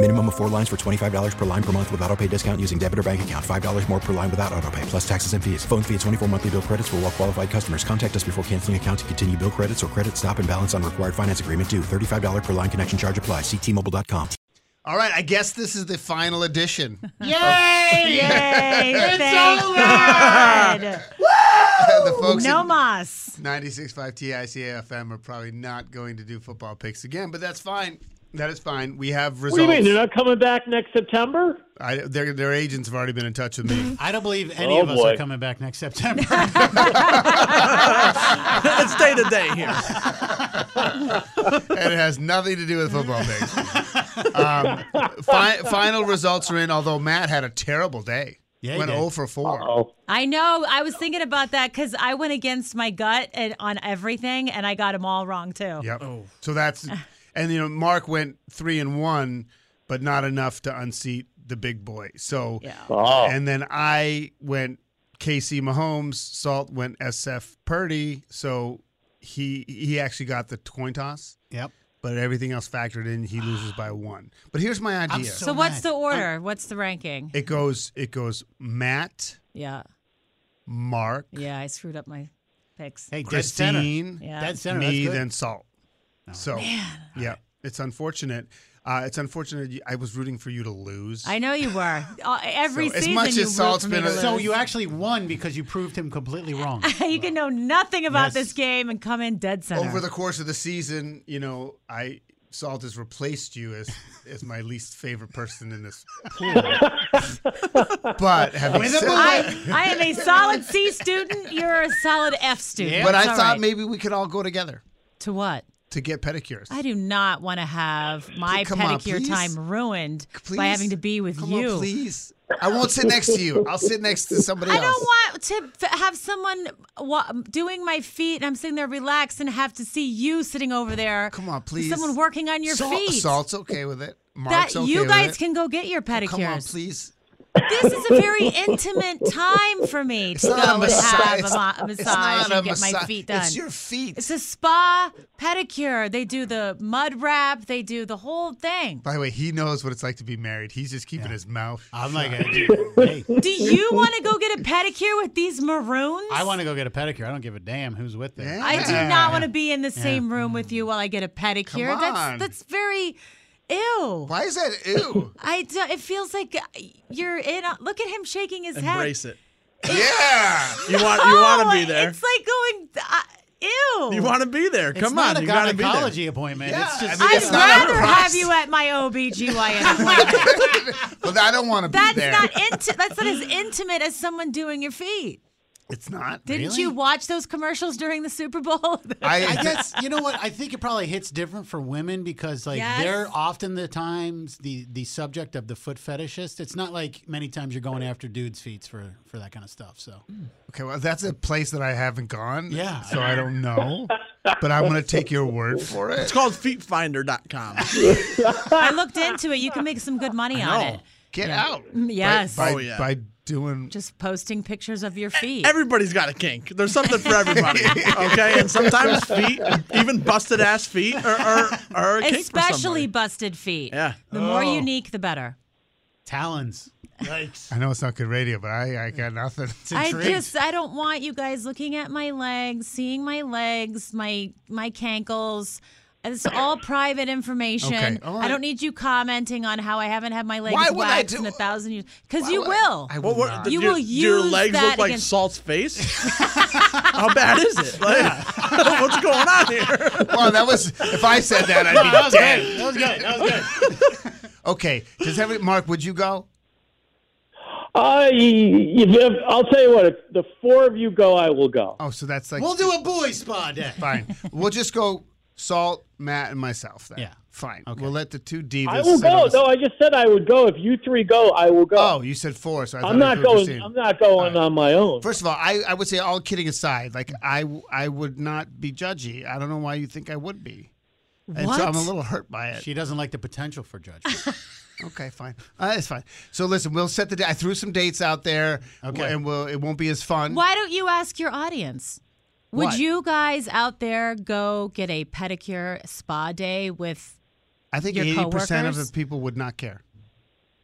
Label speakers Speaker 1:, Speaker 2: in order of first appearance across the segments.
Speaker 1: Minimum of four lines for $25 per line per month with auto pay discount using debit or bank account. $5 more per line without auto pay, plus taxes and fees. Phone fee at 24 monthly bill credits for all well qualified customers. Contact us before canceling account to continue bill credits or credit stop and balance on required finance agreement due. $35 per line connection charge apply. Ctmobile.com.
Speaker 2: All right, I guess this is the final edition.
Speaker 3: Yay! Yay! it's over!
Speaker 2: the folks
Speaker 3: no
Speaker 2: at
Speaker 3: mas.
Speaker 2: 96.5 TICA FM are probably not going to do football picks again, but that's fine. That is fine. We have
Speaker 4: What do
Speaker 2: results.
Speaker 4: you mean? They're not coming back next September?
Speaker 2: I, their, their agents have already been in touch with me.
Speaker 5: I don't believe any
Speaker 4: Oh,
Speaker 5: of us
Speaker 4: boy.
Speaker 5: are coming back next September.
Speaker 6: it's day to day here.
Speaker 2: and it has nothing to do with football picks. Um, fi- final results are in, although Matt had a terrible day.
Speaker 5: Yeah, he
Speaker 2: Went
Speaker 5: did.
Speaker 2: 0 for 4.
Speaker 4: Oh,
Speaker 3: I know. I was thinking about that because I went against my gut and, on everything, and I got them all wrong too.
Speaker 2: Yep. So that's and you know Mark went three and one, but not enough to unseat the big boy. So
Speaker 3: Yeah.
Speaker 4: Oh.
Speaker 2: and then I went Casey Mahomes, Salt went SF Purdy, so he he actually got the coin toss,
Speaker 5: yep.
Speaker 2: but everything else factored in, he loses by one. But here's my
Speaker 5: I'm
Speaker 2: idea.
Speaker 5: so-
Speaker 3: So what's
Speaker 5: mad.
Speaker 3: the order? what's the ranking?
Speaker 2: it goes it goes Matt,
Speaker 3: Yeah,
Speaker 2: Mark,
Speaker 3: yeah. I screwed up my picks.
Speaker 5: Hey, dead center.
Speaker 2: Christine,
Speaker 3: Yeah.
Speaker 5: Dead center.
Speaker 2: me,
Speaker 5: that's good.
Speaker 2: then Salt.
Speaker 3: Oh,
Speaker 2: So yeah, it's unfortunate. Uh, it's unfortunate. you- I was rooting for you to lose.
Speaker 3: I know you were. Uh, every
Speaker 2: So, as
Speaker 3: season
Speaker 2: much
Speaker 3: you
Speaker 2: as
Speaker 3: root
Speaker 2: Salt's
Speaker 3: for me
Speaker 2: been
Speaker 3: to
Speaker 2: a-
Speaker 5: So
Speaker 3: lose.
Speaker 5: you actually won because you proved him completely wrong.
Speaker 3: you can know nothing about
Speaker 5: Yes.
Speaker 3: this game and come in dead center.
Speaker 2: over the course of the season, you know, I Salt has replaced you as as my least favorite person in this pool. but having
Speaker 5: With a
Speaker 2: said that,
Speaker 3: I, I am a solid C student. You're a solid F student.
Speaker 5: Yeah.
Speaker 2: but I
Speaker 3: It's all
Speaker 2: thought
Speaker 3: right.
Speaker 2: maybe we could all go together
Speaker 3: to what?
Speaker 2: to get pedicures.
Speaker 3: I do not want to have my
Speaker 2: Come on,
Speaker 3: pedicure
Speaker 2: please.
Speaker 3: time ruined
Speaker 2: Please?
Speaker 3: by having to be with
Speaker 2: Come on,
Speaker 3: you.
Speaker 2: please. I won't sit next to you. I'll sit next to somebody
Speaker 3: I
Speaker 2: else.
Speaker 3: don't want to f- have someone wa- doing my feet and I'm sitting there relaxed and have to see you sitting over there.
Speaker 2: Come on, please.
Speaker 3: Someone working on your
Speaker 2: Salt-
Speaker 3: feet.
Speaker 2: Salt's okay with it. Mark's
Speaker 3: that
Speaker 2: okay
Speaker 3: you
Speaker 2: with
Speaker 3: guys
Speaker 2: it.
Speaker 3: can go get your pedicures.
Speaker 2: Come on, please.
Speaker 3: This is a very intimate time for me to
Speaker 2: not a
Speaker 3: go and
Speaker 2: massa-
Speaker 3: have
Speaker 2: it's-
Speaker 3: a, ma- a
Speaker 2: it's
Speaker 3: massage
Speaker 2: not a
Speaker 3: and get my
Speaker 2: massa-
Speaker 3: feet done.
Speaker 2: It's your feet.
Speaker 3: It's a spa pedicure. They do the mud wrap. They do the whole thing.
Speaker 2: By the way, he knows what it's like to be married. He's just keeping his mouth.
Speaker 5: I'm like,
Speaker 2: shut.
Speaker 5: hey,
Speaker 3: Do you want to go get a pedicure with these maroons?
Speaker 5: I want to go get a pedicure. I don't give a damn who's with them.
Speaker 2: Yeah.
Speaker 3: I do
Speaker 2: Yeah.
Speaker 3: not want to be in the same room with you while I get a pedicure.
Speaker 2: Come on.
Speaker 3: That's that's very ew.
Speaker 2: why is that ew?
Speaker 3: I do, it feels like uh, you're in. A, look at him shaking his
Speaker 6: Embrace
Speaker 3: head.
Speaker 6: it.
Speaker 2: yeah.
Speaker 6: You want you want to be
Speaker 3: Oh,
Speaker 6: there.
Speaker 3: It's like going. Uh, ew.
Speaker 6: You want to be there.
Speaker 5: It's
Speaker 6: Come
Speaker 5: not
Speaker 6: on,
Speaker 5: a
Speaker 6: you got to be there.
Speaker 5: gynecology appointment.
Speaker 2: Yeah,
Speaker 5: It's just
Speaker 2: I mean,
Speaker 3: I'd
Speaker 2: it's not
Speaker 3: rather
Speaker 2: under
Speaker 3: have
Speaker 2: price.
Speaker 3: you at my OBGYN appointment.
Speaker 2: But I don't want to be
Speaker 3: That's
Speaker 2: there.
Speaker 3: not inti- That's not as intimate as someone doing your feet.
Speaker 2: it's not.
Speaker 3: Didn't you watch those commercials during the Super Bowl?
Speaker 2: I,
Speaker 5: I guess you know what I think it probably hits different for women because like
Speaker 3: Yes.
Speaker 5: they're often the times the the subject of the foot fetishist. It's not like many times you're going after dudes' feet for for that kind of stuff. So
Speaker 2: okay, well, that's a place that I haven't gone.
Speaker 5: Yeah.
Speaker 2: So I don't know. But I'm going to take your word for it.
Speaker 6: It's called feetfinder.com.
Speaker 3: I looked into it. You can make some good money on it.
Speaker 2: Get out.
Speaker 3: Mm, Yes.
Speaker 2: By,
Speaker 6: Oh, yeah.
Speaker 2: by doing.
Speaker 3: Just posting pictures of
Speaker 6: Eh,
Speaker 3: your feet.
Speaker 6: Everybody's got a kink. There's something for everybody. Okay, and sometimes feet, even busted ass feet, are are, are a kink
Speaker 3: Especially
Speaker 6: For somebody.
Speaker 3: busted feet.
Speaker 6: Yeah.
Speaker 3: The more unique, the better.
Speaker 5: talons. Yikes.
Speaker 2: I know it's not good radio, but I, I got nothing.
Speaker 3: I
Speaker 5: Intrigued.
Speaker 3: just I don't want you guys looking at my legs, seeing my legs, my my cankles. It's all private information.
Speaker 2: Okay, all
Speaker 3: I
Speaker 2: right.
Speaker 3: don't need you commenting on how I haven't had my legs
Speaker 6: Why would I
Speaker 3: waxed
Speaker 6: do-
Speaker 3: in a thousand years. Because you will.
Speaker 6: I will what,
Speaker 3: You
Speaker 6: do your-
Speaker 3: will
Speaker 6: do your
Speaker 3: use
Speaker 6: legs
Speaker 3: that
Speaker 6: look like
Speaker 3: against-
Speaker 6: Salt's face? How bad is it? Like, what's going on here?
Speaker 2: Well, that was if I said that, I'd be
Speaker 5: that was
Speaker 2: dead.
Speaker 5: great. That was good. That was good.
Speaker 2: Okay, does every Mark? Would you go?
Speaker 4: I, if, I'll tell you what. If the four of you go, I will go.
Speaker 2: Oh, so that's like
Speaker 5: We'll do a boy spa day.
Speaker 2: fine. we'll just go Salt, Matt, and myself. Then.
Speaker 5: Yeah.
Speaker 2: fine. We'll let the two divas.
Speaker 4: I will
Speaker 2: sit on
Speaker 4: go.
Speaker 2: the-
Speaker 4: No, I just said I would go. If you three go, I will go.
Speaker 2: Oh, you said four, so I thought
Speaker 4: I'm
Speaker 2: that's what
Speaker 4: not
Speaker 2: you're
Speaker 4: going.
Speaker 2: saying.
Speaker 4: I'm not going
Speaker 2: All right.
Speaker 4: on my own.
Speaker 2: First of all, I, I would say all kidding aside, like I w- I would not be judgy. I don't know why you think I would be. And so I'm a
Speaker 3: What?
Speaker 2: little hurt by it.
Speaker 5: She doesn't like the potential for judgment.
Speaker 2: Okay, fine. Uh, it's fine. So listen, we'll set the date. I threw some dates out there.
Speaker 5: Okay.
Speaker 2: And we'll, it won't be as fun.
Speaker 3: Why don't you ask your audience? Would
Speaker 2: What?
Speaker 3: you guys out there go get a pedicure spa day with
Speaker 2: I think
Speaker 3: Your
Speaker 2: 80% of
Speaker 3: coworkers?
Speaker 2: the people would not care.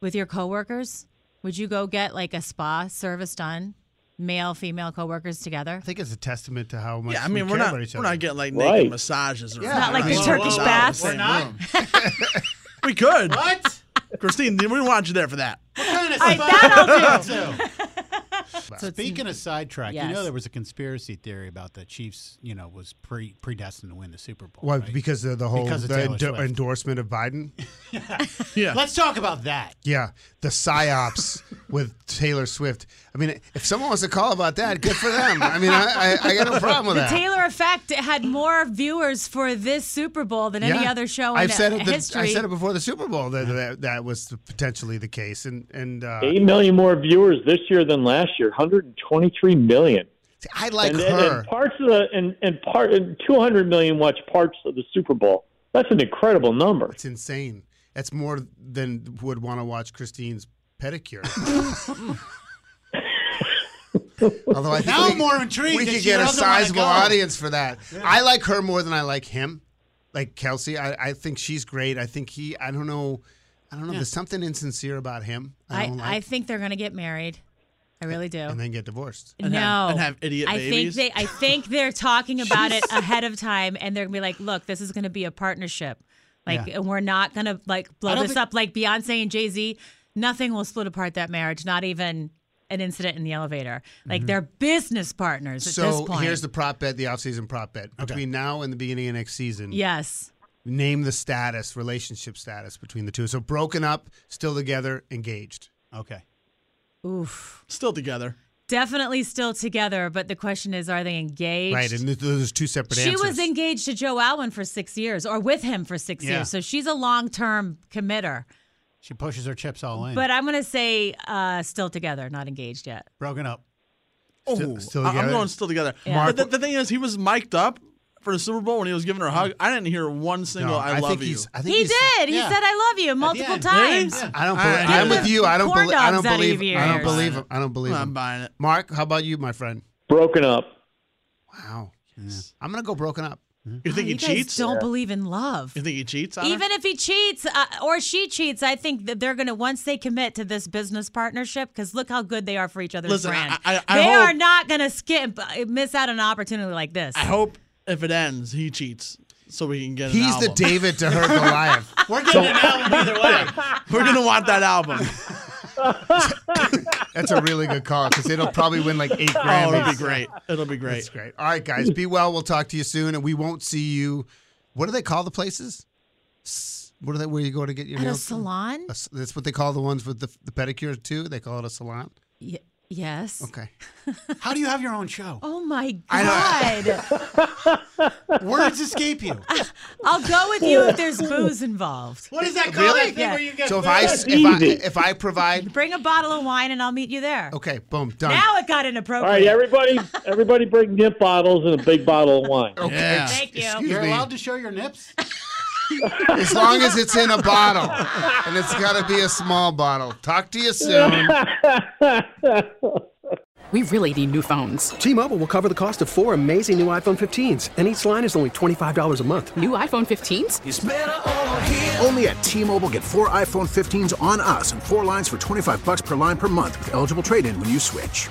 Speaker 3: with your coworkers? Would you go get like a spa service done, male female coworkers together?
Speaker 2: I think it's a testament to how much
Speaker 6: Yeah, I mean,
Speaker 2: we
Speaker 6: we're
Speaker 2: care
Speaker 6: not
Speaker 2: about each
Speaker 6: we're
Speaker 2: other.
Speaker 6: not getting like naked
Speaker 4: Right.
Speaker 6: massages or
Speaker 2: Yeah,
Speaker 3: Not like
Speaker 2: I
Speaker 3: the
Speaker 2: mean,
Speaker 3: Turkish
Speaker 2: we're all in
Speaker 3: baths?
Speaker 2: the same
Speaker 3: We're
Speaker 5: not?
Speaker 2: room.
Speaker 6: We could,
Speaker 5: what?
Speaker 6: Christine. We want you there for that.
Speaker 5: What kind of
Speaker 3: right,
Speaker 5: spa?
Speaker 3: that
Speaker 5: Speaking of sidetrack, you know
Speaker 3: Yes.
Speaker 5: there was a conspiracy theory about the Chiefs, you know, was pre predestined to win the Super Bowl.
Speaker 2: Well,
Speaker 5: right?
Speaker 2: because of the whole
Speaker 5: Because of
Speaker 2: the
Speaker 5: Taylor
Speaker 2: endo-
Speaker 5: Swift.
Speaker 2: endorsement of Biden.
Speaker 6: Yeah.
Speaker 5: let's talk about that.
Speaker 2: Yeah, the psyops with Taylor Swift. I mean, if someone wants to call about that, good for them. I mean, I, I, I got no problem with
Speaker 3: The
Speaker 2: that.
Speaker 3: Taylor Effect had more viewers for this Super Bowl than any
Speaker 2: Yeah.
Speaker 3: other show in
Speaker 2: I've said it. the-
Speaker 3: history.
Speaker 2: I said it before the Super Bowl that that, that was the- potentially the case, and and uh,
Speaker 4: Eight million more viewers this year than last year. 123 million.
Speaker 2: see, I like
Speaker 4: and, and,
Speaker 2: her.
Speaker 4: and parts of the and and part and 200 million watch parts of the Super Bowl. That's an incredible number.
Speaker 2: It's insane. That's more than would want to watch Christine's pedicure. Although I think
Speaker 5: Now
Speaker 2: we-
Speaker 5: I'm more intrigued
Speaker 2: We
Speaker 5: that
Speaker 2: could
Speaker 5: she
Speaker 2: get a
Speaker 5: doesn't wanna
Speaker 2: sizable
Speaker 5: go.
Speaker 2: audience for that. I like her more than I like him. Like Kelsey, I, I think she's great. I think he. I don't know. I don't know. There's something insincere about him. I
Speaker 3: I,
Speaker 2: don't like.
Speaker 3: I think they're gonna get married. I really do.
Speaker 2: and then get divorced.
Speaker 6: And
Speaker 3: no,
Speaker 6: have- and have idiot
Speaker 3: I
Speaker 6: babies.
Speaker 3: think they, I think they're talking about it ahead of time, and they're gonna be like, "Look, this is gonna be a partnership. Like,
Speaker 5: Yeah.
Speaker 3: and we're not gonna like blow
Speaker 5: I don't
Speaker 3: this
Speaker 5: think-
Speaker 3: up like Beyonce and Jay Z. Nothing will split apart that marriage. Not even an incident in the elevator.
Speaker 2: Mm-hmm.
Speaker 3: Like they're business partners at this
Speaker 2: So
Speaker 3: point.
Speaker 2: here's the prop bet, the offseason prop bet. Between now and the beginning of next season,
Speaker 3: yes,
Speaker 2: name the status, relationship status between the two. So broken up, still together, engaged.
Speaker 5: Okay.
Speaker 3: oof,
Speaker 6: Still together.
Speaker 3: definitely still together. But the question is, are they engaged?
Speaker 2: Right, and th- those are two separate
Speaker 3: She
Speaker 2: answers.
Speaker 3: was engaged to Joe Alwyn for six years, or with him for six
Speaker 5: Yeah.
Speaker 3: years. So she's a long-term committer.
Speaker 5: She pushes her chips all in.
Speaker 3: But I'm gonna say uh, still together, not engaged yet.
Speaker 5: broken up.
Speaker 6: Oh,
Speaker 2: still
Speaker 6: I- I'm
Speaker 2: together?
Speaker 6: going still together. But the, the thing is, he was mic'd up for the Super Bowl when he was giving her a hug. I didn't hear one single "I, love
Speaker 2: think
Speaker 6: you."
Speaker 2: he's. I think
Speaker 3: He
Speaker 2: he's,
Speaker 3: did. He
Speaker 5: yeah.
Speaker 3: said I love you multiple
Speaker 5: end.
Speaker 3: times.
Speaker 5: Really? Yeah.
Speaker 2: I don't.
Speaker 6: All
Speaker 2: Believe,
Speaker 6: right.
Speaker 2: I'm
Speaker 6: Get
Speaker 2: with
Speaker 3: the
Speaker 2: you. I don't
Speaker 3: corn
Speaker 2: believe. I don't
Speaker 3: dogs out of
Speaker 2: believe.
Speaker 3: your
Speaker 2: I don't
Speaker 3: ears.
Speaker 2: believe him. I don't believe
Speaker 6: I'm
Speaker 2: him.
Speaker 6: buying it.
Speaker 2: Mark, how about you, my friend?
Speaker 4: Broken up.
Speaker 2: Wow. I'm gonna go broken up.
Speaker 6: You think
Speaker 3: Oh,
Speaker 6: he
Speaker 3: you guys
Speaker 6: cheats?
Speaker 3: don't believe in love.
Speaker 6: You think he cheats? On her?
Speaker 3: Even if he cheats uh, or she cheats, I think that they're going to once they commit to this business partnership because look how good they are for each other's
Speaker 6: Listen,
Speaker 3: brand.
Speaker 6: I- I- I
Speaker 3: they
Speaker 6: hope-
Speaker 3: are not going to skip uh, miss out on an opportunity like this.
Speaker 6: I hope if it ends, he cheats so we can get. an
Speaker 2: He's the
Speaker 6: album.
Speaker 2: David to her Goliath.
Speaker 5: We're getting it out either way.
Speaker 6: We're gonna want that album.
Speaker 2: That's a really good call because it'll probably win like eight
Speaker 6: Oh,
Speaker 2: Grammys.
Speaker 6: it'll be great. It'll be
Speaker 2: That's
Speaker 6: great.
Speaker 2: great. All right, guys, be well. We'll talk to you soon, and we won't see you. What do they call the places? S- What do they? Where you go to get your
Speaker 3: At a
Speaker 2: nails?
Speaker 3: salon?
Speaker 2: A s- That's what they call the ones with the, the pedicure too. They call it a salon.
Speaker 3: Y- yes.
Speaker 2: Okay.
Speaker 5: How do you have your own show?
Speaker 3: Oh my
Speaker 2: I
Speaker 3: God.
Speaker 5: Words escape you.
Speaker 3: I'll go with you if there's booze involved.
Speaker 5: What is that
Speaker 2: Really?
Speaker 5: called? That thing
Speaker 3: Yeah.
Speaker 5: where you get
Speaker 2: So if I s- if I if I provide,
Speaker 3: Bring a bottle of wine and I'll meet you there.
Speaker 2: okay, boom, done.
Speaker 3: Now it got
Speaker 4: All
Speaker 3: inappropriate.
Speaker 4: right, everybody, everybody, bring nip bottles and a big bottle of wine.
Speaker 2: okay.
Speaker 6: Yeah.
Speaker 2: ex-
Speaker 3: Thank you.
Speaker 2: excuse
Speaker 5: you're
Speaker 2: me.
Speaker 5: allowed to show your nips.
Speaker 2: as long as it's in a bottle, and it's got to be a small bottle. Talk to you soon.
Speaker 7: We really need new phones.
Speaker 8: T-Mobile will cover the cost of four amazing new iPhone 15s, and each line is only $25 a month.
Speaker 7: New iPhone 15s?
Speaker 9: Only at T-Mobile, get four iPhone 15s on us and four lines for 25 bucks per line per month with eligible trade-in when you switch.